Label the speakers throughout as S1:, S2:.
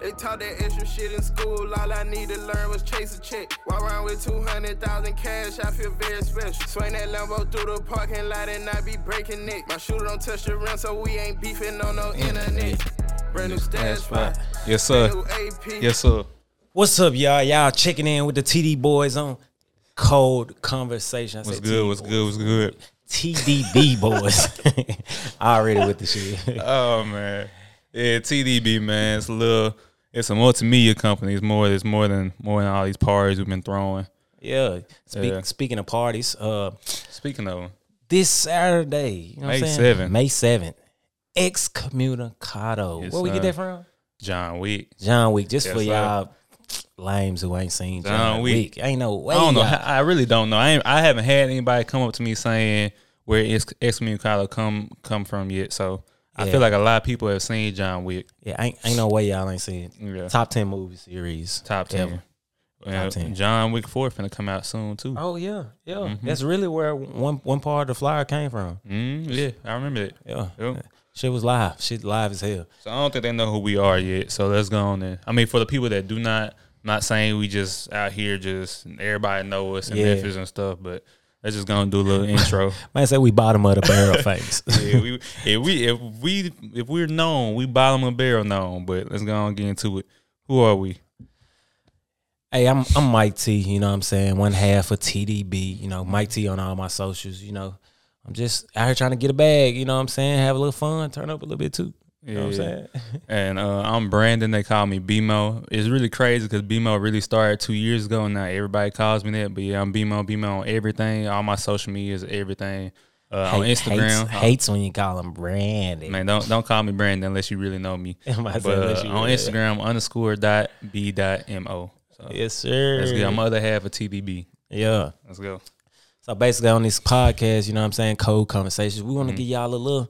S1: They taught that extra shit in school. All I need to learn was chase a check. Walk around with 200,000 cash, I feel very special. Swing that Lambo through the parking lot and I be breaking it. My shooter don't touch the rim, so we ain't beefing on no
S2: Mm-hmm.
S1: internet. Brand new stash spot.
S2: Yes, sir.
S1: New AP.
S2: Yes, sir.
S3: What's up, y'all? Y'all checking in with the TD boys on Cold Conversation. I
S2: What's
S3: said
S2: good?
S3: TD
S2: What's
S3: boys.
S2: good? What's good?
S3: TDB boys. Already with the shit.
S2: Oh man, yeah. TDB man, it's a little. It's a multimedia company. It's more. It's more than more than all these parties we've been throwing.
S3: Yeah. Speak,
S2: Yeah.
S3: Speaking of parties, uh,
S2: Speaking of,
S3: this Saturday, you know what
S2: May
S3: I'm saying?
S2: 7th.
S3: May 7th. Excommunicado.
S2: Yes,
S3: Where we get
S2: sir.
S3: that from?
S2: John Wick.
S3: John Wick, just
S2: Yes,
S3: for
S2: sir.
S3: y'all lames who ain't seen John,
S2: John
S3: Wick.
S2: Wick.
S3: Ain't no way.
S2: I don't know.
S3: y'all-
S2: how- I really don't know. I ain't, I haven't had anybody come up to me saying where ex- excommunicado come come from yet. So I
S3: Yeah.
S2: feel like a lot of people have seen John Wick.
S3: Yeah, ain't, ain't no way y'all ain't seen it.
S2: Yeah.
S3: Top 10 movie series.
S2: Top ten.
S3: ever.
S2: Yeah,
S3: 10.
S2: John Wick Four finna come out soon too.
S3: Oh, yeah. Yeah.
S2: Mm-hmm.
S3: That's really where one, one part of the flyer came from.
S2: Mm, yeah, I remember that.
S3: Yeah.
S2: Yep.
S3: Shit was live. Shit live as hell.
S2: So I don't think they know who we are yet. So let's go on then. I mean, for the people that do not, not saying we just out here, just everybody know us in
S3: Yeah.
S2: Memphis and stuff, but let's just gonna do a little intro.
S3: Man, say we bottom of the barrel face.
S2: yeah, we, if we if we if we're known, we bottom of barrel known. But let's go on get into it. Who are we?
S3: Hey, I'm I'm Mike T, you know what I'm saying? One half of TDB, you know, Mike T on all my socials, you know. I'm just out here trying to get a bag, you know what I'm saying? Have a little fun, turn up a little bit too. You know what I'm
S2: Yeah.
S3: saying?
S2: And uh, I'm Brandon. They call me BMO. It's really crazy because BMO really started two years ago. and Now everybody calls me that, but yeah, I'm BMO. BMO on everything. All my social medias, everything. Uh, on
S3: Hate-
S2: Instagram,
S3: Hates, hates when you call him Brandon.
S2: Man, don't don't call me Brandon unless you really know me.
S3: I said
S2: But,
S3: unless
S2: uh,
S3: you
S2: on
S3: really-
S2: Instagram underscore dot b dot mo. So
S3: Yes, sir.
S2: let's get I'm other half of TDB.
S3: Yeah.
S2: Let's go.
S3: So basically on this podcast, you know what I'm saying, cold conversations. We want
S2: Mm-hmm.
S3: to give y'all a little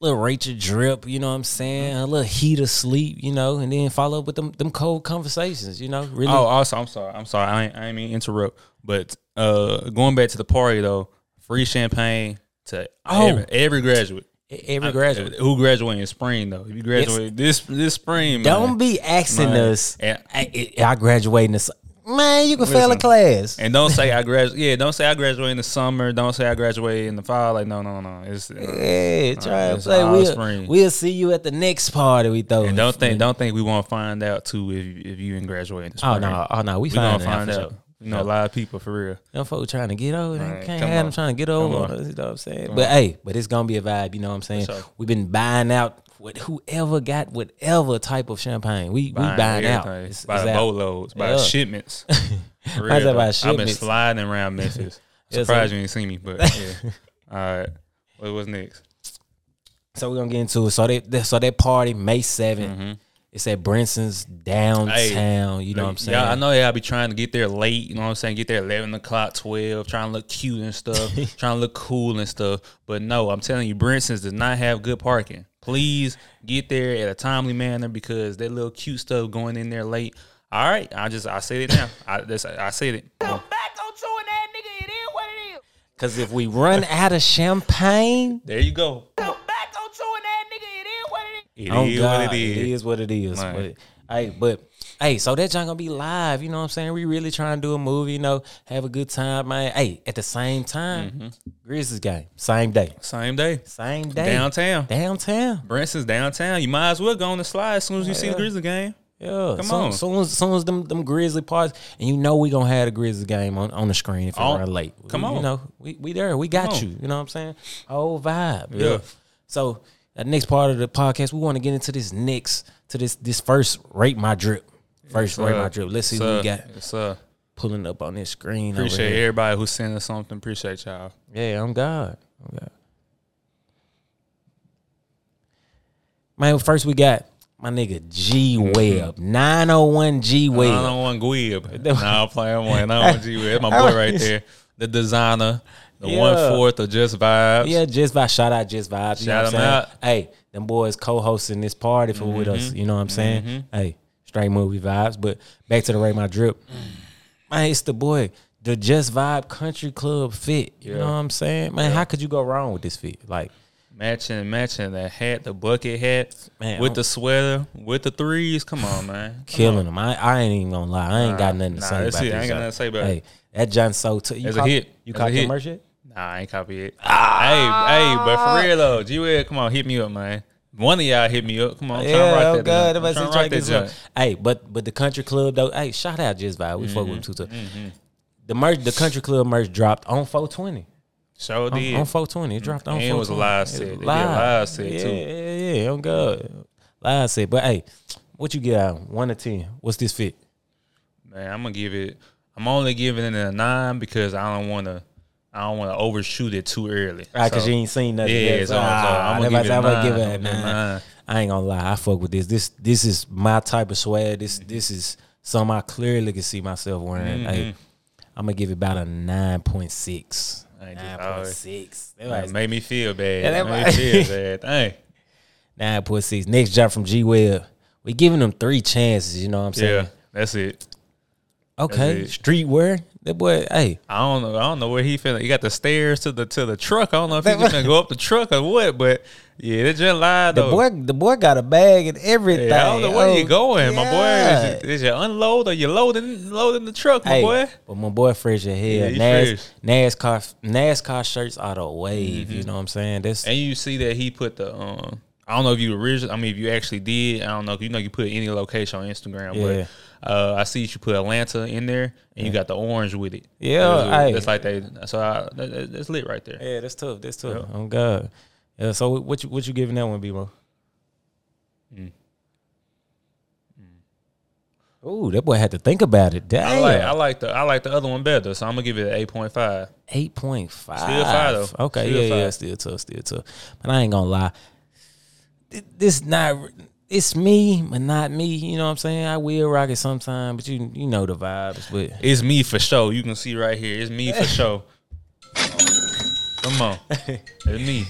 S3: little Rachel drip, you know what I'm saying? A little heat of sleep, you know, and then follow up with them them cold conversations, you know. Really
S2: Oh, also, I'm sorry. I'm sorry. I ain't, I ain't mean to interrupt, but uh, going back to the party though, free champagne to
S3: Oh.
S2: every, every graduate.
S3: e-,
S2: Uh,
S3: every graduate.
S2: Who graduated in spring though? If you graduate this this spring,
S3: Don't
S2: man,
S3: be asking
S2: man,
S3: us.
S2: And,
S3: I, I, I graduating this. Man, you can fail a class.
S2: and don't say I graduate. Yeah, don't say I graduated in the summer. Don't say I graduated in the fall. Like no, no, no. It's uh,
S3: Yeah, try and
S2: it's
S3: play.
S2: all
S3: We'll,
S2: spring.
S3: we'll see you at the next party we throw.
S2: And don't think don't think we won't find out too if if you ain't graduating. This
S3: Oh
S2: spring.
S3: no! Oh no! We,
S2: we
S3: find
S2: gonna find out.
S3: Sure.
S2: You know, a lot of people for real.
S3: Them folk trying to get over. They
S2: Right,
S3: can't
S2: come
S3: have them
S2: on.
S3: trying to get over.
S2: on.
S3: on us, You know what I'm saying? but hey, but it's gonna be a vibe. You know what I'm saying?
S2: sure.
S3: We've been buying out what whoever got whatever type of champagne. We we buying out.
S2: everything.
S3: It's-
S2: by
S3: it's
S2: the
S3: out.
S2: boatloads, by
S3: Yeah.
S2: shipments. For
S3: I said by
S2: though. I've been
S3: shipments.
S2: sliding around Memphis.
S3: Yes,
S2: Surprised
S3: sir.
S2: you ain't see me, but yeah. All right, what was next?
S3: So we're gonna get into it. So that that- so that party May 7th
S2: Mm-hmm.
S3: It's at Brinson's downtown. you know what I'm saying?
S2: Y'all, I know y'all be trying to get there late. You know what I'm saying? Get there eleven o'clock, twelve, trying to look cute and stuff, trying to look cool and stuff. But no, I'm telling you, Brinson's does not have good parking. Please get there at a timely manner because that little cute stuff going in there late. All right, I just I said it now. I that's, I said it.
S4: back on you and that nigga, it is what it is.
S3: Because if we run out of champagne,
S2: There you go.
S4: Come back on you and that nigga, it is what it is.
S2: It
S3: oh
S2: is
S3: God,
S2: what it is.
S3: it is what it is.
S2: Right.
S3: But hey, but hey, so that y'all gonna be live. You know what I'm saying? We really trying to do a movie. You know, have a good time, man. Hey, at the same time,
S2: Mm-hmm.
S3: Grizzlies game, same day,
S2: Same day.
S3: same day,
S2: Downtown.
S3: downtown.
S2: Brinson's downtown. You might as well go on the slide as soon as you see the Grizzly game.
S3: Yeah,
S2: Come
S3: soon,
S2: on.
S3: soon as soon as them them Grizzly parts, and you know we gonna have the Grizzly game on, on the screen if it
S2: Oh,
S3: run late.
S2: come
S3: you
S2: on.
S3: know we we there, we got
S2: on.
S3: you. You know what I'm saying? Whole vibe, yeah.
S2: Yeah.
S3: So that next part of the podcast, we want to get into this next to this this first rate my drip, first rate my drip. Let's see what we got
S2: It's, uh,
S3: pulling up on this screen. over
S2: appreciate
S3: here.
S2: everybody who sent us something. Appreciate y'all.
S3: Yeah, I'm God. I'm God. Man, first we got my nigga G Web, 901 G Web.
S2: I don't want Gwib. nah, I'm playing one. I don't want Gwib. That's my boy right there. The designer, the
S3: Yeah.
S2: one fourth of Just Vibes.
S3: Yeah, just by shout out, just vibes. You know
S2: Shout
S3: what I'm
S2: 'em
S3: saying?
S2: out. Mm-hmm.
S3: Hey, them boys co-hosting this party for with us. You know what I'm saying? Hey, straight movie vibes. But back to the rate my drip. Man, it's the boy, the Just Vibe Country Club fit. You
S2: Yeah.
S3: know what I'm saying? Man, how could you go wrong with this fit? Like,
S2: Matching, matching the hat, the bucket hat,
S3: Man,
S2: with
S3: I'm-
S2: the sweater, with the threes. Come on, man. Come
S3: killing
S2: on.
S3: them. I, I ain't even gonna lie. I ain't got nothing to
S2: Nah,
S3: say
S2: that's
S3: about
S2: it. I
S3: this. uh,
S2: ain't got nothing to say about
S3: hey,
S2: it.
S3: That John So too. You
S2: That's a
S3: cop-
S2: hit.
S3: You
S2: That's a
S3: caught that
S2: hit.
S3: merch yet?
S2: Nah, I ain't copy it. Hey, hey, but for real though, G Web, come on, hit me up, man. One of y'all hit me up. Come on, I'm trying to rock
S3: Yeah, oh
S2: that. joint.
S3: god,
S2: I'm trying
S3: everybody said
S2: to
S3: try
S2: rock
S3: to get
S2: that
S3: some.
S2: joint.
S3: Hey, but but the country club though. Hey, shout out Just Vibe. We fuck
S2: Mm-hmm.
S3: with them too. too. The merch, the country club merch dropped on 420.
S2: Sure
S3: On,
S2: did.
S3: on 420, it dropped on.
S2: And
S3: 420.
S2: it was a live set.
S3: It
S2: They
S3: was
S2: did a live set,
S3: yeah,
S2: too.
S3: Yeah, yeah, on god, live set. But hey, what you get out? of One to ten. What's this fit?
S2: Man, I'm gonna give it. I'm only giving it a nine because I don't want to. I don't want to overshoot it too early.
S3: Right, Ah, cause
S2: So,
S3: you ain't seen nothing.
S2: Yeah,
S3: yet.
S2: so I'm- so
S3: Ah,
S2: I'm gonna
S3: everybody
S2: give it a
S3: say, I'ma
S2: nine.
S3: it
S2: I'm gonna give it a nine.
S3: I ain't gonna lie, I fuck with this. This this is my type of swag. This
S2: Mm-hmm.
S3: this is something I clearly can see myself wearing.
S2: Mm-hmm.
S3: Hey, I'm gonna give it about a nine point six.
S2: I just
S3: Nine point
S2: always-
S3: six.
S2: man, it made me feel bad.
S3: Yeah, that
S2: It made me
S3: was-
S2: feel bad. Hey,
S3: Nine point six. Next job from G Web. We giving them three chances. You know what I'm saying?
S2: yeah, that's it.
S3: Okay.
S2: That's it.
S3: Streetwear. That boy. Hey.
S2: I don't know. I don't know where he feeling. He got the stairs to the to the truck. I don't know if he's gonna go up the truck or what. But yeah, that just lied
S3: The
S2: though.
S3: boy. The boy got a bag and everything.
S2: yeah, Oh. I don't know where you
S3: Oh,
S2: going, my boy.
S3: yeah.
S2: Is it, is it unload or you loading loading the truck, my boy?
S3: But my boy fresh your head.
S2: Yeah, he
S3: Nas, NASCAR NASCAR shirts out of wave.
S2: Mm-hmm.
S3: You know what I'm saying? This
S2: And you see that he put the um I don't know if you originally I mean if you actually did, I don't know if you know you put any location on Instagram,
S3: Yeah.
S2: but uh I see that you put Atlanta in there and you got the orange with it.
S3: Yeah,
S2: That's-
S3: hey.
S2: That's like they so I, that- that, that's lit right there.
S3: Yeah, that's tough. That's tough. Oh God. Yeah, so what you what you giving that one, Bimo?
S2: Mm.
S3: Mm. Ooh, that boy had to think about it. Damn,
S2: I like I like the I like the other one better, so I'm gonna give it an eight point five.
S3: eight point five.
S2: Still five, though.
S3: Okay,
S2: Still
S3: yeah, yeah,
S2: five.
S3: still tough, still tough. But I ain't gonna lie, Th- this not it's me, but not me. You know what I'm saying? I will rock it sometime, but you you know the vibes. But
S2: It's me for sure. You can see right here. It's me for sure. Come on. It's me.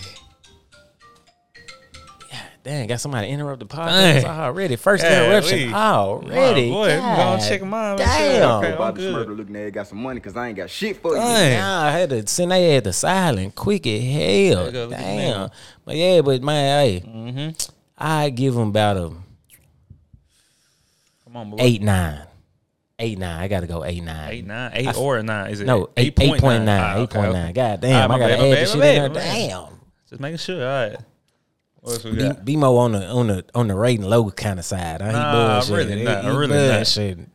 S3: Dang, got somebody interrupt the podcast
S2: Dang.
S3: already. First
S2: Yeah,
S3: interruption
S2: we-
S3: already.
S2: My boy, we gonna
S3: God
S2: check mine.
S3: Damn.
S2: Okay, I'm
S5: Bobby
S2: good.
S5: Smurder looking at got some money because I ain't got shit for you.
S2: Dang.
S3: Nah, I had to send they had to silent quick as hell.
S2: you go, look at Mm-hmm.
S3: Damn. But yeah, but man, hey, I give them about a
S2: Come on, boy.
S3: eight nine. Eight nine. I gotta go eight nine.
S2: Eight nine, eight or a nine? Is it
S3: No, eight eight point nine.
S2: Ah,
S3: Eight
S2: okay,
S3: point
S2: okay.
S3: nine. God
S2: All right,
S3: damn,
S2: my
S3: I gotta
S2: bad, my
S3: add
S2: bad,
S3: this
S2: my
S3: shit in
S2: bad,
S3: there.
S2: my bad.
S3: Damn.
S2: Just making sure. All right. What else we
S3: Be-
S2: got?
S3: Bimo on the on the on the rating logo kind of side. I
S2: Nah,
S3: ain't bullshitting.
S2: really not.
S3: He- he
S2: Really not.
S3: bullshitting.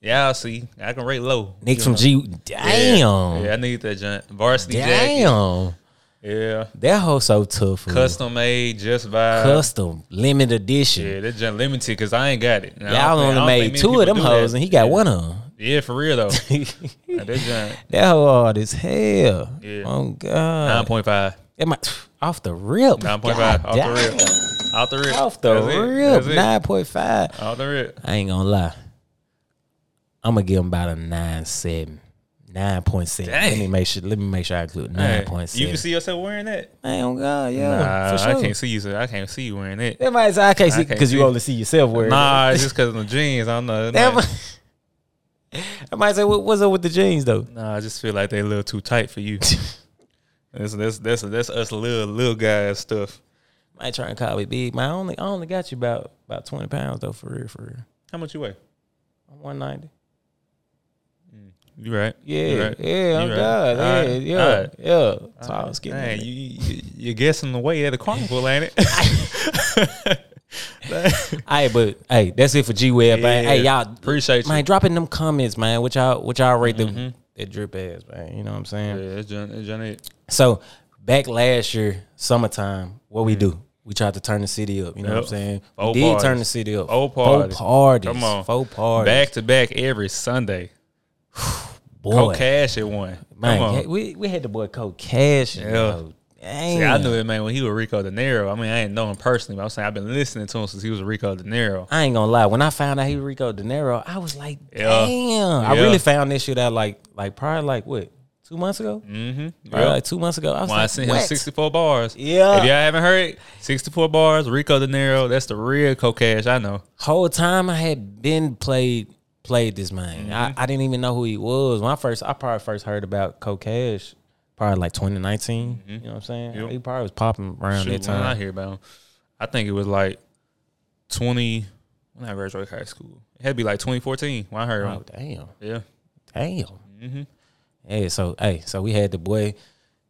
S2: yeah, I see. I can rate low.
S3: Nick
S2: You
S3: from
S2: know.
S3: G. Damn.
S2: Yeah, I need that junk. Varsity jacket.
S3: Damn.
S2: Yeah.
S3: That hoe so tough. fool.
S2: Custom made, just vibe.
S3: Custom limited edition.
S2: Yeah, that junk limited because I ain't got it. And I
S3: Y'all
S2: don't think- I
S3: only
S2: don't think
S3: made
S2: many
S3: two of
S2: people
S3: them
S2: do that.
S3: hoes, and he got
S2: yeah.
S3: one of them.
S2: Yeah, for real though. Nah, that junk
S3: That hoe hard as hell.
S2: Yeah.
S3: Oh god.
S2: nine point five.
S3: That might- off the rip.
S2: Nine point five. Off
S3: God
S2: the
S3: damn.
S2: rip. Off the rip.
S3: Off the
S2: That's it.
S3: rip.
S2: That's it.
S3: Nine point five.
S2: Off the rip.
S3: I ain't gonna lie. I'm gonna give him about a nine seven. Nine point seven. Let
S2: Dang.
S3: me make sure. Let me make sure I include
S2: Hey,
S3: nine point seven.
S2: You can see yourself wearing that?
S3: Man, oh god, yeah,
S2: Nah,
S3: for sure.
S2: I can't see you. so I can't see you wearing that.
S3: That might say I can't see
S2: can't
S3: because you
S2: see.
S3: only see yourself wearing. it.
S2: Nah, it's just because of the jeans. I don't know.
S3: That
S2: Like,
S3: might- I might say, what, what's up with the jeans though?
S2: nah, I just feel like they a little too tight for you. that's, that's that's that's us little little guys stuff.
S3: Might try and call me big. My only I only got you about about twenty pounds though for real for real.
S2: How much you weigh?
S3: I'm one ninety.
S2: You right? You
S3: Yeah,
S2: right.
S3: yeah, I'm
S2: You right.
S3: good.
S2: All right.
S3: Yeah,
S2: All
S3: yeah,
S2: right.
S3: yeah. So I was getting.
S2: Dang,
S3: it.
S2: you, you you're guessing the way at a carnival, ain't it?
S3: Hey, but hey, that's it for G Web, man. Hey,
S2: Yeah.
S3: y'all,
S2: Appreciate you. Mm-hmm.
S3: man. Drop in them comments, man. What y'all, what y'all rate the that drip ass, man. You know what I'm saying?
S2: yeah, that's John, that's John it.
S3: So back last year, summertime, what we do? We tried to turn the city up. You know what
S2: Mm.
S3: I'm
S2: Yep.
S3: saying?
S2: Four
S3: we did turn
S2: parties.
S3: the city up.
S2: Four parties.
S3: parties.
S2: Come on,
S3: Four parties.
S2: back to back every Sunday.
S3: boy.
S2: Cold cash at one.
S3: Man,
S2: Come on.
S3: yeah, we we had the boy Code Cash. oh,
S2: Yeah.
S3: Yeah.
S2: See, I knew it, man. When he was Rico De Niro, I mean, I didn't know him personally, but I'm saying I've been listening to him since he was Rico De Niro.
S3: I ain't gonna lie. When I found out he was Rico De Niro, I was like,
S2: Yeah.
S3: damn. I
S2: Yeah.
S3: really found this shit out like like probably like what two months ago.
S2: Mm-hmm.
S3: Probably like two months ago. I was
S2: When
S3: like,
S2: I sent him
S3: what?
S2: 64 bars.
S3: Yeah.
S2: If y'all haven't heard it, 64 bars, Rico De Niro. That's the real cocash I know.
S3: Whole time I had been played played this man. I,
S2: Mm-hmm.
S3: I didn't even know who he was. When I first, I probably first heard about Coke Cash probably like 2019. You know what I'm saying?
S2: Mm-hmm. Yep.
S3: He probably was popping around
S2: Shoot,
S3: that
S2: when I
S3: time.
S2: hear about him, I think it was like 20, when I graduated high school. It had to be like 2014 when I heard
S3: Oh
S2: him.
S3: damn,
S2: Yeah.
S3: damn.
S2: Mm-hmm.
S3: Hey, so hey, so we had the boy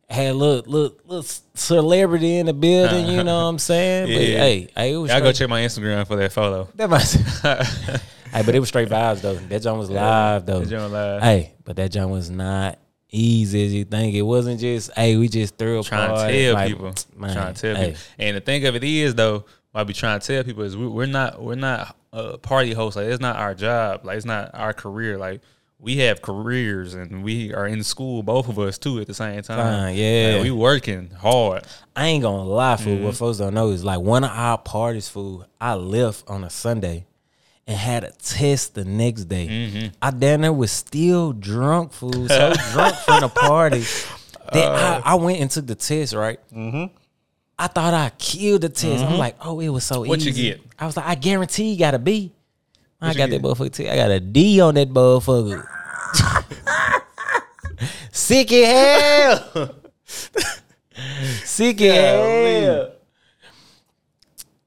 S3: had a little little, little celebrity in the building. You know what I'm saying? But
S2: Yeah.
S3: hey, hey, it was
S2: Y'all go
S3: straight-
S2: check my Instagram for that photo.
S3: That must. hey, but it was straight vibes though. That joint was live though.
S2: that joint was live.
S3: Hey, but that joint was not easy as you think. It wasn't just hey, we just threw a
S2: Trying
S3: party.
S2: to tell
S3: Like,
S2: people.
S3: man,
S2: trying to tell
S3: hey,
S2: people. And the thing of it is though, what I be trying to tell people is we, we're not we're not uh, party hosts. Like it's not our job. Like it's not our career. Like we have careers and we are in school, both of us too, at the same time.
S3: Fine, yeah.
S2: Like, we working hard.
S3: I ain't gonna lie, fool.
S2: Mm-hmm.
S3: What folks don't know is like one of our parties, fool. I left on a Sunday and had a test the next day.
S2: Mm-hmm.
S3: I down there was still drunk, fool. So drunk from the party that
S2: Uh.
S3: I, I went and took the test. Right. Mm-hmm. I thought I killed the test. I'm like, oh, it was so
S2: What Mm-hmm. you
S3: easy.
S2: get?
S3: I was like, I guarantee you got a B. I
S2: you
S3: got
S2: get?
S3: that motherfucker. T- I got a D on that motherfucker. Sick as hell. Sick as hell.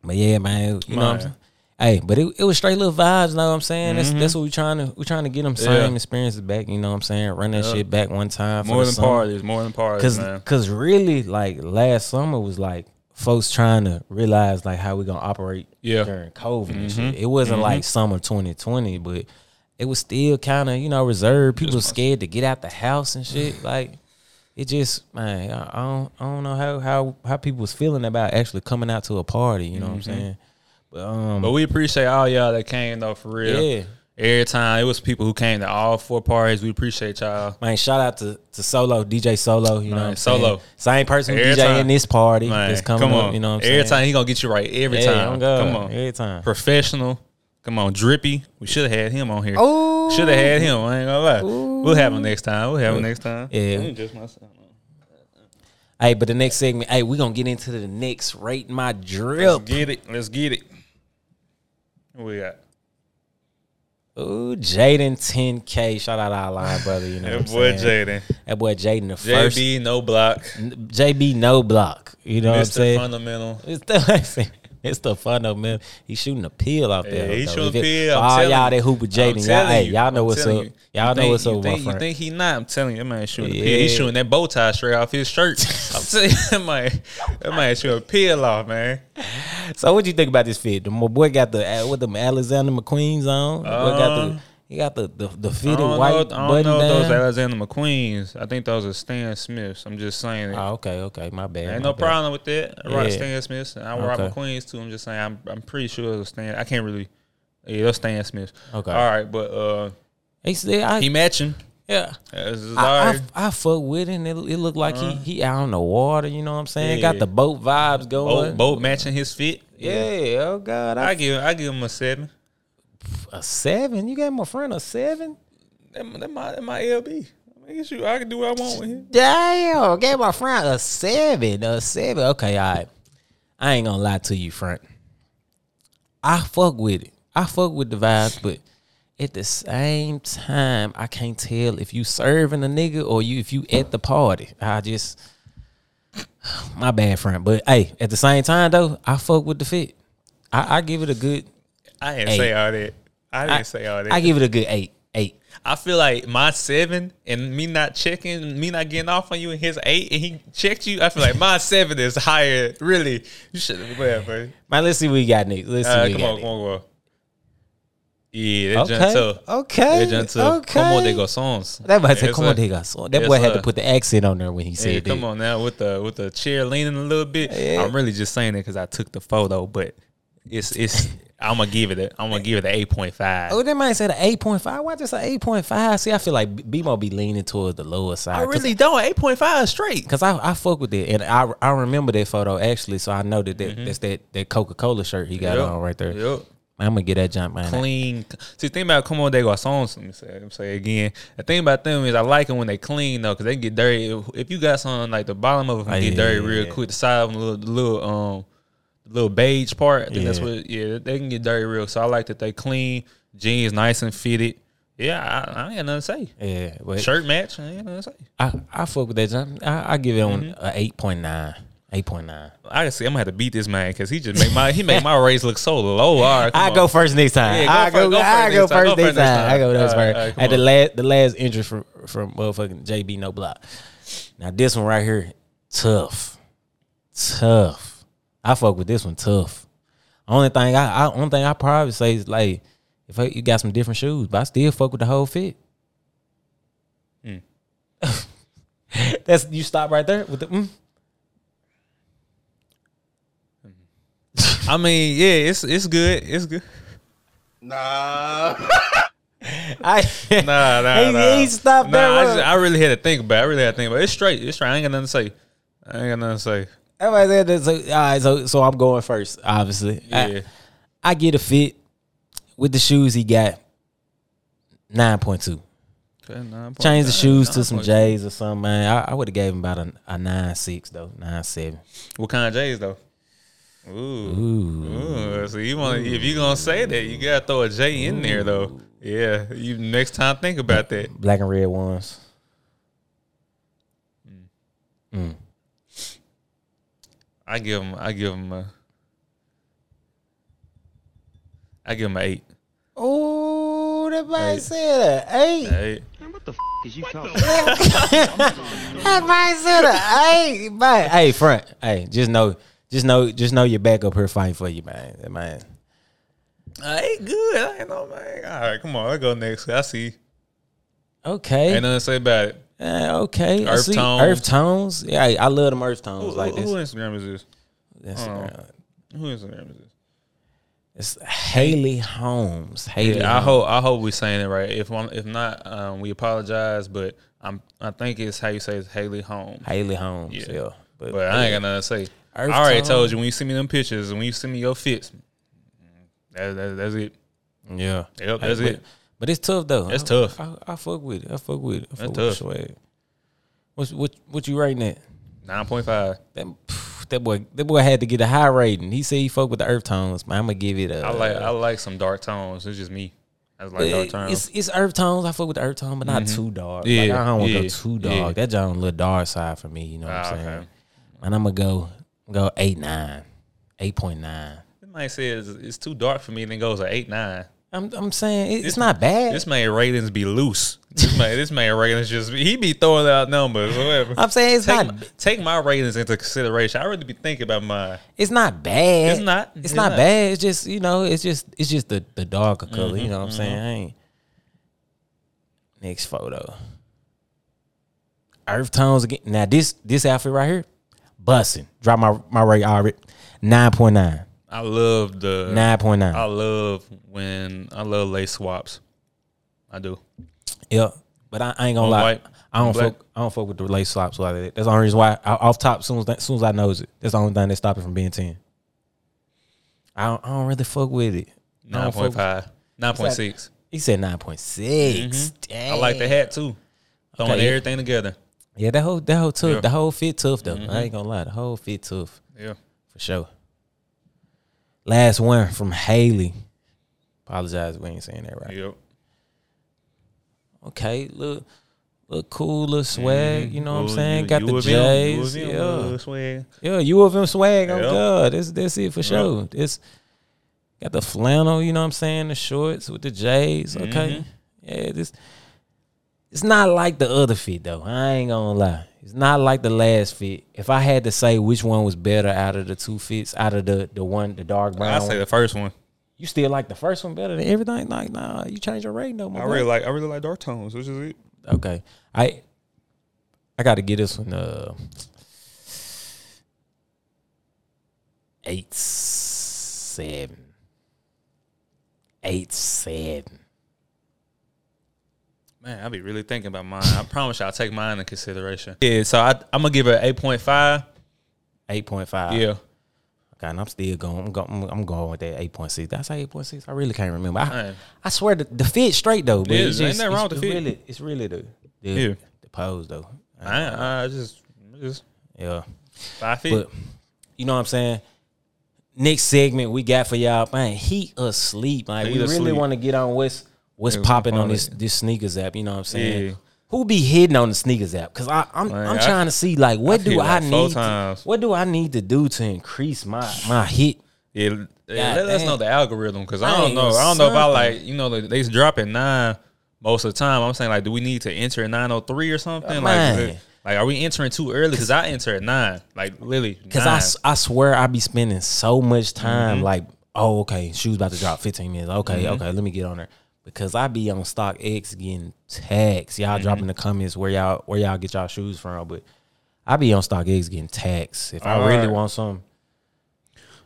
S3: But yeah, man, you know what I'm
S2: Man.
S3: saying? Hey, but it, it was straight little vibes, you know what I'm saying? That's that's what we trying to we trying to get them same
S2: Mm-hmm. Yeah.
S3: experiences back, you know what I'm saying? Run that shit back one time. for
S2: More
S3: the
S2: than
S3: summer.
S2: parties. More than parties,
S3: Cause,
S2: man.
S3: cause really, like last summer was like folks trying to realize like how we gonna operate
S2: Yeah. Mm-hmm.
S3: during COVID. And shit. It wasn't like summer 2020, but it was still kind of you know reserved. People scared to get out the house and shit. like it just man, I, I don't I don't know how how how people was feeling about actually coming out to a party. You know
S2: Mm-hmm.
S3: what I'm saying? But um,
S2: But we appreciate all y'all that came though for real.
S3: Yeah.
S2: Every time it was people who came to all four parties. We appreciate y'all.
S3: Man, shout out to, to Solo, DJ Solo. You know
S2: Man,
S3: what I'm
S2: Solo.
S3: saying? Same person who
S2: Every
S3: DJing
S2: time.
S3: this party
S2: Man,
S3: that's coming
S2: come on.
S3: up. You know what I'm
S2: Every
S3: saying?
S2: time he gonna get you right. Every
S3: Yeah,
S2: time.
S3: on God.
S2: Come on.
S3: Every time.
S2: Uh-huh. Professional. Come on, drippy. We should have had him on here. Oh, should have had him. I ain't gonna lie. We'll have him next time. We'll have him next time.
S3: Yeah.
S2: Let me adjust myself.
S3: Hey, but the next segment, hey, we're gonna get into the next rate my drip.
S2: Get it. Let's get it. What we got?
S3: Ooh, Jaden 10K. Shout out our line brother. You know
S2: That
S3: what I'm
S2: boy
S3: saying?
S2: Jaden.
S3: That boy Jaden, the first
S2: JB no block.
S3: JB no block. You know what I'm
S2: Mr.
S3: saying?
S2: Fundamental.
S3: It's the it's the fundamental. He's shooting a pill out there.
S2: Yeah, he
S3: though.
S2: shooting
S3: If it-
S2: pill.
S3: for
S2: I'm
S3: all
S2: telling
S3: y'all that
S2: you.
S3: hoop
S2: I'm
S3: with Jaden, y'all,
S2: telling
S3: hey,
S2: you.
S3: y'all know
S2: I'm
S3: what's
S2: telling
S3: up.
S2: you.
S3: Y'all
S2: You
S3: know
S2: think-
S3: what's
S2: you
S3: up, my
S2: Think, you
S3: friend.
S2: think he not? I'm telling you, that man shooting a
S3: Yeah.
S2: pill. He's shooting that bow tie straight off his shirt. I'm telling you, that man, that man shooting a pill off, man.
S3: So what you think about this fit? The my boy got the uh, what them Alexander McQueen's on. The boy got the he got the the, the
S2: Uh-huh. I
S3: fitted
S2: don't
S3: white
S2: know, I
S3: button
S2: don't know if those
S3: down.
S2: Alexander McQueens. I think those are Stan Smiths. I'm just saying. it.
S3: oh, okay, okay, my bad.
S2: Ain't
S3: my
S2: no
S3: bad.
S2: problem with that. I rock
S3: Yeah.
S2: Stan Smiths. And I rock
S3: Okay.
S2: McQueens too. I'm just saying. I'm, I'm pretty sure those Stan. I can't really. Yeah, those Stan Smiths.
S3: Okay.
S2: All right, but uh,
S3: He said, I,
S2: he matching. Uh,
S3: yeah.
S2: That's-
S3: I,
S2: sorry. Uh-huh.
S3: I, I fuck with it. And it, it looked like he he out on the water. You know what I'm saying? Got
S2: Yeah.
S3: the boat vibes going.
S2: Boat, boat matching his fit.
S3: Yeah. Oh God. I,
S2: I give I give him a seven.
S3: a seven. You gave my friend a seven.
S2: That, that my that my LB. I mean, shoot, I can do what I want with him.
S3: Damn. Gave my friend a seven. A seven. Okay. All right. I ain't gonna lie to you, Frank. I fuck with it. I fuck with the vibes, but at the same time, I can't tell if you serving a nigga or you if you at the party. I just my bad friend. But hey, at the same time though, I fuck with the fit. I, I give it a good
S2: I didn't
S3: Hey.
S2: say all that. I didn't
S3: I-
S2: say all that.
S3: I
S2: I,
S3: give it a good eight. Eight.
S2: feel like my seven and me not checking, me not getting off on you, and his eight, and he checked you. I feel like my seven is higher. Really, you should have go ahead, bro.
S3: Man, let's see what we got next. Let's see
S2: Uh,
S3: what we
S2: come
S3: got
S2: on,
S3: next.
S2: come on, go. Yeah, that
S3: Okay.
S2: okay. tough.
S3: Okay.
S2: That jump tough.
S3: Okay.
S2: Come on, they go songs.
S3: That boy said,
S2: Yes,
S3: "Come on,
S2: sir.
S3: nigga." So that
S2: Yes,
S3: boy had to
S2: sir.
S3: put the accent on there when he
S2: Yeah,
S3: said
S2: come
S3: that.
S2: on now with the with the chair leaning a little bit.
S3: Yeah.
S2: I'm really just saying it because I took the photo, but it's it's. I'm gonna give it. A, I'm gonna give it an eight point five.
S3: Oh, that might said an eight point five. Why just an eight point five? See, I feel like BMO be leaning towards the lower side.
S2: I really don't. Eight point five straight.
S3: Cause I, I fuck with that, and I I remember that photo actually, so I know that, that that's that, that Coca Cola shirt he got
S2: Mm-hmm. Yep.
S3: on right there.
S2: Yep.
S3: I'm gonna get that jump, man.
S2: Clean. See, the thing about Como de Garçons, let me say, let me say it again. The thing about them is I like them when they clean though, because they get dirty. If, if you got something like the bottom of it can
S3: Oh,
S2: get
S3: yeah,
S2: dirty
S3: yeah,
S2: real
S3: yeah.
S2: quick, the side of them, the little, the little um, the little beige part. I think that's
S3: Yeah.
S2: what. Yeah, they can get dirty real. So I like that they clean. jeans nice and fitted. Yeah, I, I ain't got nothing to say.
S3: Yeah, but
S2: Shirt match, I ain't got nothing to say.
S3: I, I fuck with that. John. I, I give it on
S2: Mm-hmm.
S3: a 8.9. 8.9.
S2: I can see I'm gonna have to beat this man because he just made my he made my raise look so low. All right, come
S3: I
S2: on.
S3: go first next time.
S2: Yeah, go
S3: I
S2: fir-
S3: go,
S2: go
S3: I
S2: first
S3: go
S2: next time.
S3: first
S2: Go
S3: next
S2: first next
S3: time. I
S2: time.
S3: go first.
S2: All right, all right, come
S3: At the
S2: on.
S3: last, the last entry from from motherfucking JB No Block. Now this one right here, tough, tough. I fuck with this one tough. Only thing I, I only thing I probably say is like, if I, you got some different shoes, but I still fuck with the whole fit.
S2: Hmm.
S3: That's you stop right there with the. Mm.
S2: I mean, yeah, it's it's good, it's good.
S1: Nah.
S3: I,
S2: Nah, nah,
S3: He-
S2: nah.
S3: he stopped
S2: nah,
S3: there,
S2: I,
S3: wasn't
S2: just, I really had to think about. it. I really had to think about. it. It's straight. It's straight. I ain't got nothing to say. I ain't got nothing to say.
S3: everybody said that. So, all right, so so I'm going first, obviously. I-
S2: Yeah,
S3: I get a fit with the shoes he got. Nine point two.
S2: Okay, nine point
S3: Change the
S2: nine,
S3: shoes to
S2: nine
S3: some
S2: point-
S3: J's or something. Man, I, I would have gave him about a, a nine six though, nine seven.
S2: What kind of J's though? Ooh,
S3: Ooh,
S2: ooh. So you want if you gonna say that, you gotta throw a J in there though. Yeah, you next time think about that.
S3: black and red ones.
S2: I give him. I give him a. I give him an eight.
S3: Ooh, that might say that eight.
S2: Eight.
S3: That might say that eight. Man, hey front, hey, just know, just know, just know your back up here fighting for you, man. That Man,
S2: Eight good. I ain't know, man. All right, come on. I go next. I see.
S3: okay,
S2: Ain't nothing to say about it.
S3: Uh, okay. I
S2: Earth
S3: see
S2: Tones.
S3: Earth tones. Yeah, I love them earth tones
S2: Who,
S3: like
S2: who,
S3: this.
S2: who Instagram is this?
S3: Instagram.
S2: Who Instagram is this?
S3: It's Haley Holmes. Haley.
S2: Yeah, I
S3: Holmes.
S2: hope I hope we saying it right. If I'm, if not, um, we apologize. But I'm I think it's how you say it's Haley Holmes.
S3: Haley Holmes. Yeah.
S2: Yeah.
S3: But,
S2: But I ain't got nothing to say.
S3: Earth
S2: I already
S3: tone.
S2: told you when you send me them pictures and when you send me your fits. That, that, that's it.
S3: Yeah.
S2: Yep, that's
S3: but,
S2: it.
S3: But it's tough though.
S2: That's
S3: I-
S2: tough.
S3: I, I fuck with it. I fuck with it. I fuck
S2: tough.
S3: with swag. What's what what you rating at?
S2: Nine point five.
S3: That pff, that boy that boy had to get a high rating. He said he fuck with the earth tones. Man, I'm gonna give it a
S2: I like I like some dark tones. It's just me. I just like dark
S3: It-
S2: tones.
S3: It's it's earth tones. I fuck with the earth tone, but not too dark. like,
S2: Yeah,
S3: I don't want to
S2: yeah,
S3: go too dark.
S2: yeah.
S3: That John little dark side for me. You know what
S2: Ah,
S3: I'm
S2: okay.
S3: saying? And I'm gonna go go eight nine, eight point nine.
S2: This man says it's too dark for me, and then goes an eight nine.
S3: I'm I'm saying it, it's not bad.
S2: This man ratings be loose. This man, this man ratings just be- he be throwing out numbers. Whatever.
S3: I'm saying it's
S2: take,
S3: not
S2: my- take my ratings into consideration. I really be thinking about mine.
S3: it's not bad.
S2: It's not.
S3: It's,
S2: It's
S3: not,
S2: not.
S3: bad. It's just you know. It's just it's just the the darker color. You know what I'm saying?
S2: Mm-hmm.
S3: I ain't. Next photo. Earth tones again. Now this this outfit right here, bussin'. Drop my my rate already. Nine point nine.
S2: I love the.
S3: Nine point
S2: I
S3: nine.
S2: love when I love lace swaps. I do.
S3: Yep. But I, I ain't gonna
S2: On
S3: lie.
S2: white,
S3: I don't
S2: on black.
S3: fuck. I don't fuck with the lace swaps like that. That's the only reason why. I, off top, soon as that- soon as I knows it, that's the only thing that stop it from being ten. I don't, I don't really fuck with it. I
S2: Nine
S3: don't fuck
S2: point
S3: with-
S2: five. Nine point six.
S3: He said nine point six.
S2: Mm-hmm. I like the hat too. Throwing
S3: Okay, yeah.
S2: everything together.
S3: Yeah, that whole that whole tough,
S2: Yeah. Mm-hmm.
S3: the whole fit tough though. I ain't gonna lie, the whole fit tough
S2: Yeah.
S3: for sure. Last one from Haley. Apologize, we ain't saying that right.
S2: Yep.
S3: Okay, look, look cool, look swag. You know what I'm
S2: Well, Mm-hmm.
S3: saying?
S2: you-
S3: Got
S2: you
S3: the
S2: with him, you with
S3: J's.
S2: him,
S3: Yeah,
S2: uh, swag.
S3: yeah, you of him swag. Oh
S2: Yeah.
S3: god, that's that's it for sure. It's got the flannel. You know what I'm saying? The shorts with the J's. Okay,
S2: Mm-hmm.
S3: yeah, this. It's not like the other fit though. I ain't gonna lie. It's not like the last fit. If I had to say which one was better out of the two fits, out of the the one, the dark
S2: I
S3: brown,
S2: say
S3: one,
S2: the first one.
S3: you still like the first one better than everything. Like, nah, you change your rating no more.
S2: I really like I really like dark tones, which is it.
S3: Okay. I I gotta get this one uh eight seven. Eight seven.
S2: Man, I be really thinking about mine. I promise you, I'll take mine into consideration. Yeah, so I, I'm gonna give it eight point five.
S3: Eight point five.
S2: Yeah,
S3: Okay, and I'm still going. I'm going. I'm going with that eight point six. That's eight point six. I really can't remember. I,
S2: Hey.
S3: I swear the, the fit straight though. But
S2: Yeah,
S3: it's
S2: ain't
S3: just,
S2: nothing wrong
S3: it's,
S2: with the
S3: it's
S2: fit.
S3: Really, it's really the the,
S2: Yeah.
S3: the pose though.
S2: I, I just just
S3: Yeah.
S2: five feet.
S3: But you know what I'm saying? next segment we got for y'all, man, he asleep. Like
S2: He
S3: we really
S2: asleep.
S3: want to get on what's what's
S2: Yeah,
S3: popping on
S2: probably.
S3: this this sneakers app. You know what I'm saying?
S2: Yeah.
S3: Who be hitting on the sneakers app? Cause I, I'm
S2: Man,
S3: I'm
S2: I-
S3: trying to see like what
S2: I've
S3: do
S2: hit
S3: I
S2: like four
S3: need? To,
S2: times.
S3: what do I need to do to increase my my hit?
S2: Yeah, yeah, let us
S3: damn.
S2: know the algorithm because
S3: I
S2: I don't
S3: ain't
S2: know.
S3: even
S2: I don't know if I
S3: something.
S2: like you know they they dropping nine most of the time. I'm saying like, do we need to enter nine oh three or something? Like,
S3: man.
S2: li- like are we entering too early? Because I enter at nine, like literally.
S3: Cause I
S2: nine.
S3: s- I, swear I be spending so much time like, oh, okay, shoes about to drop 15 minutes. Okay, okay, let me get on there. Because I be on Stock X getting taxed. Y'all drop in the comments where y'all where y'all get y'all shoes from, but I be on Stock X getting taxed. If I
S2: All
S3: really
S2: right.
S3: want some,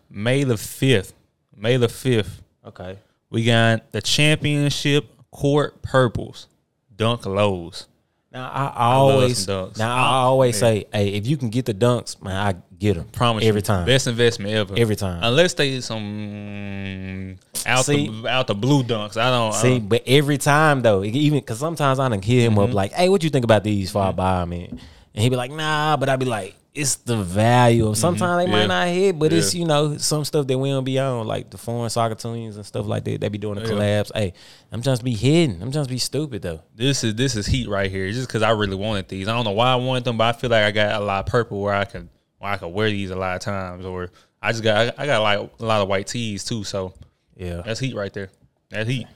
S2: May the fifth, May the fifth,
S3: okay.
S2: we got the championship court purples, dunk lows.
S3: Now I always
S2: some dunks.
S3: now I always say, hey, if you can get the dunks, man, I get them.
S2: Promise
S3: every
S2: you,
S3: time.
S2: best investment ever.
S3: Every time.
S2: unless they some mm, out
S3: See?
S2: the out the blue dunks. I don't I
S3: See,
S2: don't-
S3: but every time though, it- even because sometimes I done hit him
S2: Mm-hmm.
S3: up like, "Hey, what you think about these for I buy 'em in?" And he'd be like, "Nah," but I'd be like, "It's the value." of Sometimes
S2: Mm-hmm.
S3: they
S2: Yeah.
S3: might not hit, but it's
S2: Yeah.
S3: you know some stuff that we don't be on, like the foreign soccer teams and stuff like that. They be doing the collabs. Hey, I'm just be hidden. I'm just be stupid though.
S2: this is this is heat right here. Just because I really wanted these. I don't know why I wanted them, but I feel like I got a lot of purple where I can where I can wear these a lot of times. Or I just got I, I got like a lot of white tees too. So
S3: Yeah.
S2: that's heat right there. That's heat.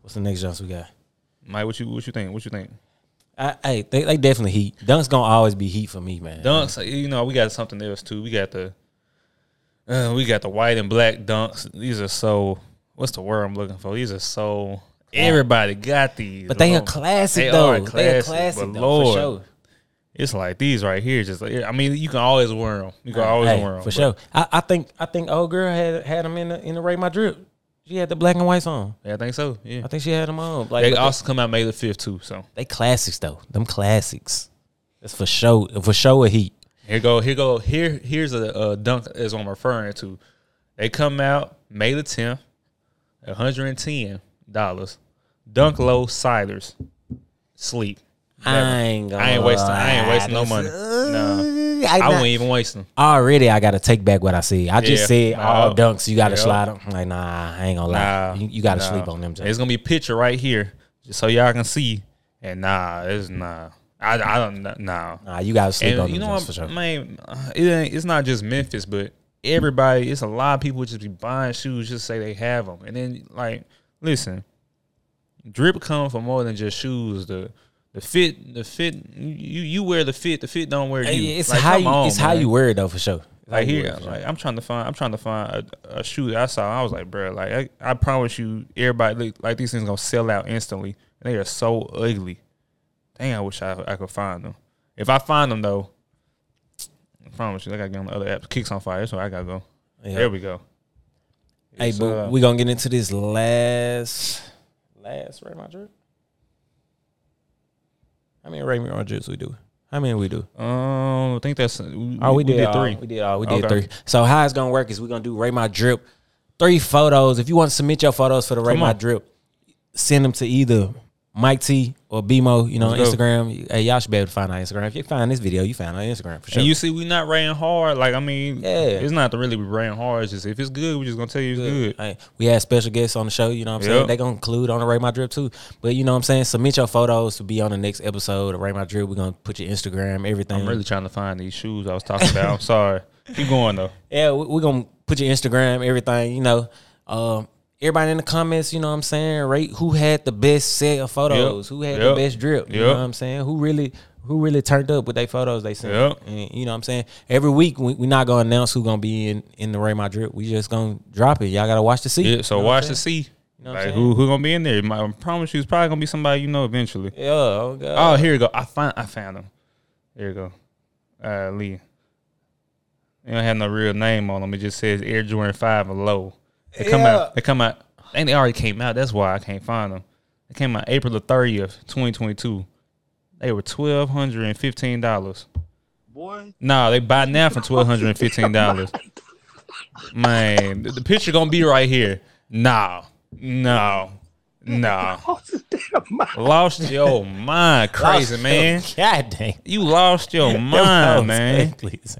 S3: What's the next jumps we got?
S2: Mike, what you what you think? What you think?
S3: I, hey, they, they definitely heat. Dunks gonna always be heat for me, man.
S2: Dunks. You know we got something else too. We got the uh, we got the white and black dunks. These are so. What's the word I'm looking for? These are so. Everybody got these,
S3: but they
S2: bro.
S3: are classic
S2: They
S3: though.
S2: are
S3: they are
S2: classic,
S3: classic
S2: but
S3: though,
S2: Lord.
S3: for sure.
S2: It's like these right here. Just like, I mean, you can always wear them. You can always
S3: Hey,
S2: wear them
S3: for sure. I, I think I think old girl had had them in the in the rate my drip. She had the black and whites on.
S2: Yeah, I think so. Yeah,
S3: I think she had them on. Like
S2: they
S3: but they,
S2: also come out May the fifth too. So
S3: they classics though. Them classics. That's for sure. For sure a heat.
S2: here go, here go, here here's a, a dunk is what I'm referring to. They come out May the tenth, one hundred and ten dollars. Dunk low siders, sleep.
S3: I ain't gonna
S2: I ain't wasting. I ain't
S3: lie. uh,
S2: wasting no money. No,
S3: I,
S2: I
S3: not-
S2: wouldn't even waste them.
S3: already I gotta take back what I said. I just
S2: Yeah.
S3: said all
S2: Nah.
S3: dunks you gotta
S2: Yeah.
S3: slide them. Like nah, I ain't gonna lie.
S2: Nah,
S3: Ah, you, you gotta
S2: nah.
S3: sleep on them. Jay.
S2: It's gonna be a picture right here, just so y'all can see. And nah, it's nah. I, I don't nah.
S3: Nah, you gotta sleep on
S2: And you
S3: them
S2: know, what,
S3: dunks for sure.
S2: man, uh, it ain't, it's not just Memphis, but everybody. It's a lot of people just be buying shoes just say they have them, and then like, listen, drip come for more than just shoes. The the fit, the fit, you you wear the fit, the fit don't wear you.
S3: Hey, it's
S2: Like,
S3: how
S2: come
S3: you,
S2: on,
S3: it's how
S2: man.
S3: you wear it though for sure. It's how
S2: Like
S3: you wear
S2: here,
S3: it, for sure.
S2: like I'm trying to find, I'm trying to find a, a shoe that I saw. I was like, bro, like I, I promise you, everybody like, like these things gonna sell out instantly. And they are so ugly. Dang, I wish I I could find them. If I find them though, I promise you, I gotta get on the other app. Kicks on fire. That's where I gotta go.
S3: Yeah.
S2: There we go.
S3: Hey,
S2: It's,
S3: but
S2: uh,
S3: we gonna get into this last last Ray Madrid. How many Ray Madrids we do? How many we do?
S2: Um, I think that's we,
S3: Oh, we, did, all.
S2: three.
S3: We did all. We did
S2: Okay.
S3: three. So how it's gonna work is we're gonna do Ray My Drip, three photos. If you want to submit your photos for the Ray
S2: Come
S3: My
S2: on.
S3: Drip, send them to either Mike T or BMO. You know, on
S2: Let's go.
S3: Instagram. Hey, y'all should be able to find our Instagram. If you find this video, you found our Instagram for sure.
S2: And you see, we not ran hard. Like I mean,
S3: Yeah.
S2: it's not to really be ran hard. It's just if it's good, we just gonna tell you it's good.
S3: Hey, we had special guests on the show, you know what I'm saying?
S2: Yep.
S3: They gonna include on the Ray My Drip too. But you know what I'm saying? Submit your photos to be on the next episode of Ray My Drip. We're gonna put your Instagram, everything.
S2: I'm really trying to find these shoes I was talking about. I'm sorry. Keep going though.
S3: yeah, we- we're gonna put your Instagram, everything, you know. Um everybody in the comments, you know what I'm saying, rate who had the best set of photos, who had the
S2: Yep.
S3: best drip. You know
S2: Yep.
S3: what I'm saying? Who really who really turned up with their photos they sent.
S2: Yep.
S3: And you know what I'm saying? Every week we are not gonna announce who gonna be in, in the Ray My Drip. We just gonna drop it. Y'all gotta watch to see.
S2: Yeah, so
S3: You know what I'm
S2: watch
S3: saying?
S2: to see.
S3: know what I'm
S2: like
S3: saying?
S2: who who gonna be in there? My, I promise you, it's probably gonna be somebody you know eventually.
S3: Yeah, oh god.
S2: Oh, here you go. I find I found him. Here you go. Uh, Lee. They don't have no real name on them. It just says Air Jordan Five or low. They come out. They come out. I think they already came out. That's why I can't find them. They came out April the thirtieth, twenty twenty two. They were twelve hundred and fifteen dollars.
S6: Boy,
S2: Nah, they buy now for twelve hundred and fifteen dollars. Man, the, the picture gonna be right here. Nah, no, no. Lost your mind, crazy man.
S3: God dang.
S2: You lost your mind, man.
S3: Please.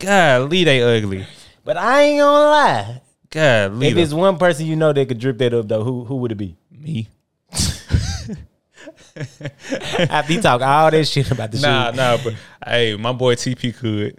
S2: Golly, they ugly.
S3: But I ain't gonna lie.
S2: God, leave
S3: If it's
S2: it.
S3: one person you know that could drip that up though, who who would it be?
S2: me.
S3: After you talk all that shit about the
S2: Nah,
S3: shoe.
S2: nah, but hey, my boy TP could.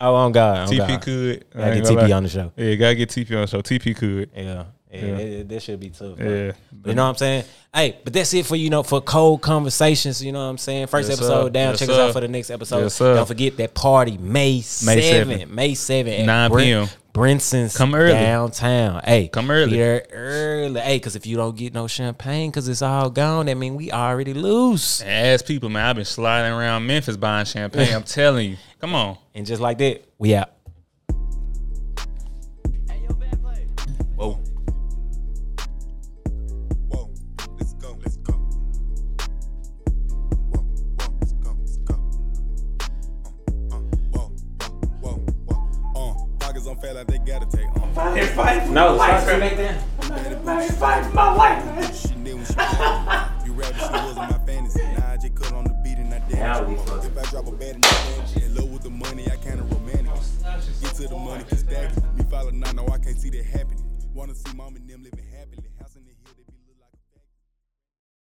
S3: Oh, on God. On
S2: TP
S3: God.
S2: could. I
S3: Gotta
S2: ain't
S3: get
S2: gonna
S3: TP
S2: lie.
S3: on the show.
S2: Yeah, gotta get TP on the show. TP could.
S3: Yeah. Yeah,
S2: Yeah.
S3: It, it- that should be tough. bro.
S2: Yeah.
S3: You know what I'm saying? Hey, but that's it for you know for cold conversations. You know what I'm saying? First
S2: Yes, sir.
S3: episode down.
S2: Yes,
S3: Check
S2: sir.
S3: us out for the next episode.
S2: Yes, sir.
S3: Don't forget that party May seventh.
S2: 7th.
S3: May seventh.
S2: 9 p.m..
S3: Brinson's
S2: Come early.
S3: downtown. Hey,
S2: Come early.
S3: Be there early. Hey, because if you don't get no champagne, because it's all gone, that mean we already loose.
S2: And As people, man, I've been sliding around Memphis buying champagne. I'm telling you. Come on.
S3: And just like that, we out.
S6: Whoa. Whoa. Let's go. Let's go. Whoa. Whoa. Let's go. Let's go. Uh, uh, whoa. Whoa. Whoa. Whoa. Uh, pockets on fat like they gotta take uh. on.
S7: I'm out here fighting for my life. man. I'm out here fighting for my life, man.
S6: She knew when she rapped. You rapping, she wasn't my fantasy. Now I just cut on the beat and I
S3: Now
S6: dance.
S3: we fucking-
S6: If I drop a bad in the band, in love with the money, I kinda romantic. Get to the money, can stack it. Me follow now, no, I can't see that happening. Wanna see mom and them living happily. House in the hill, they be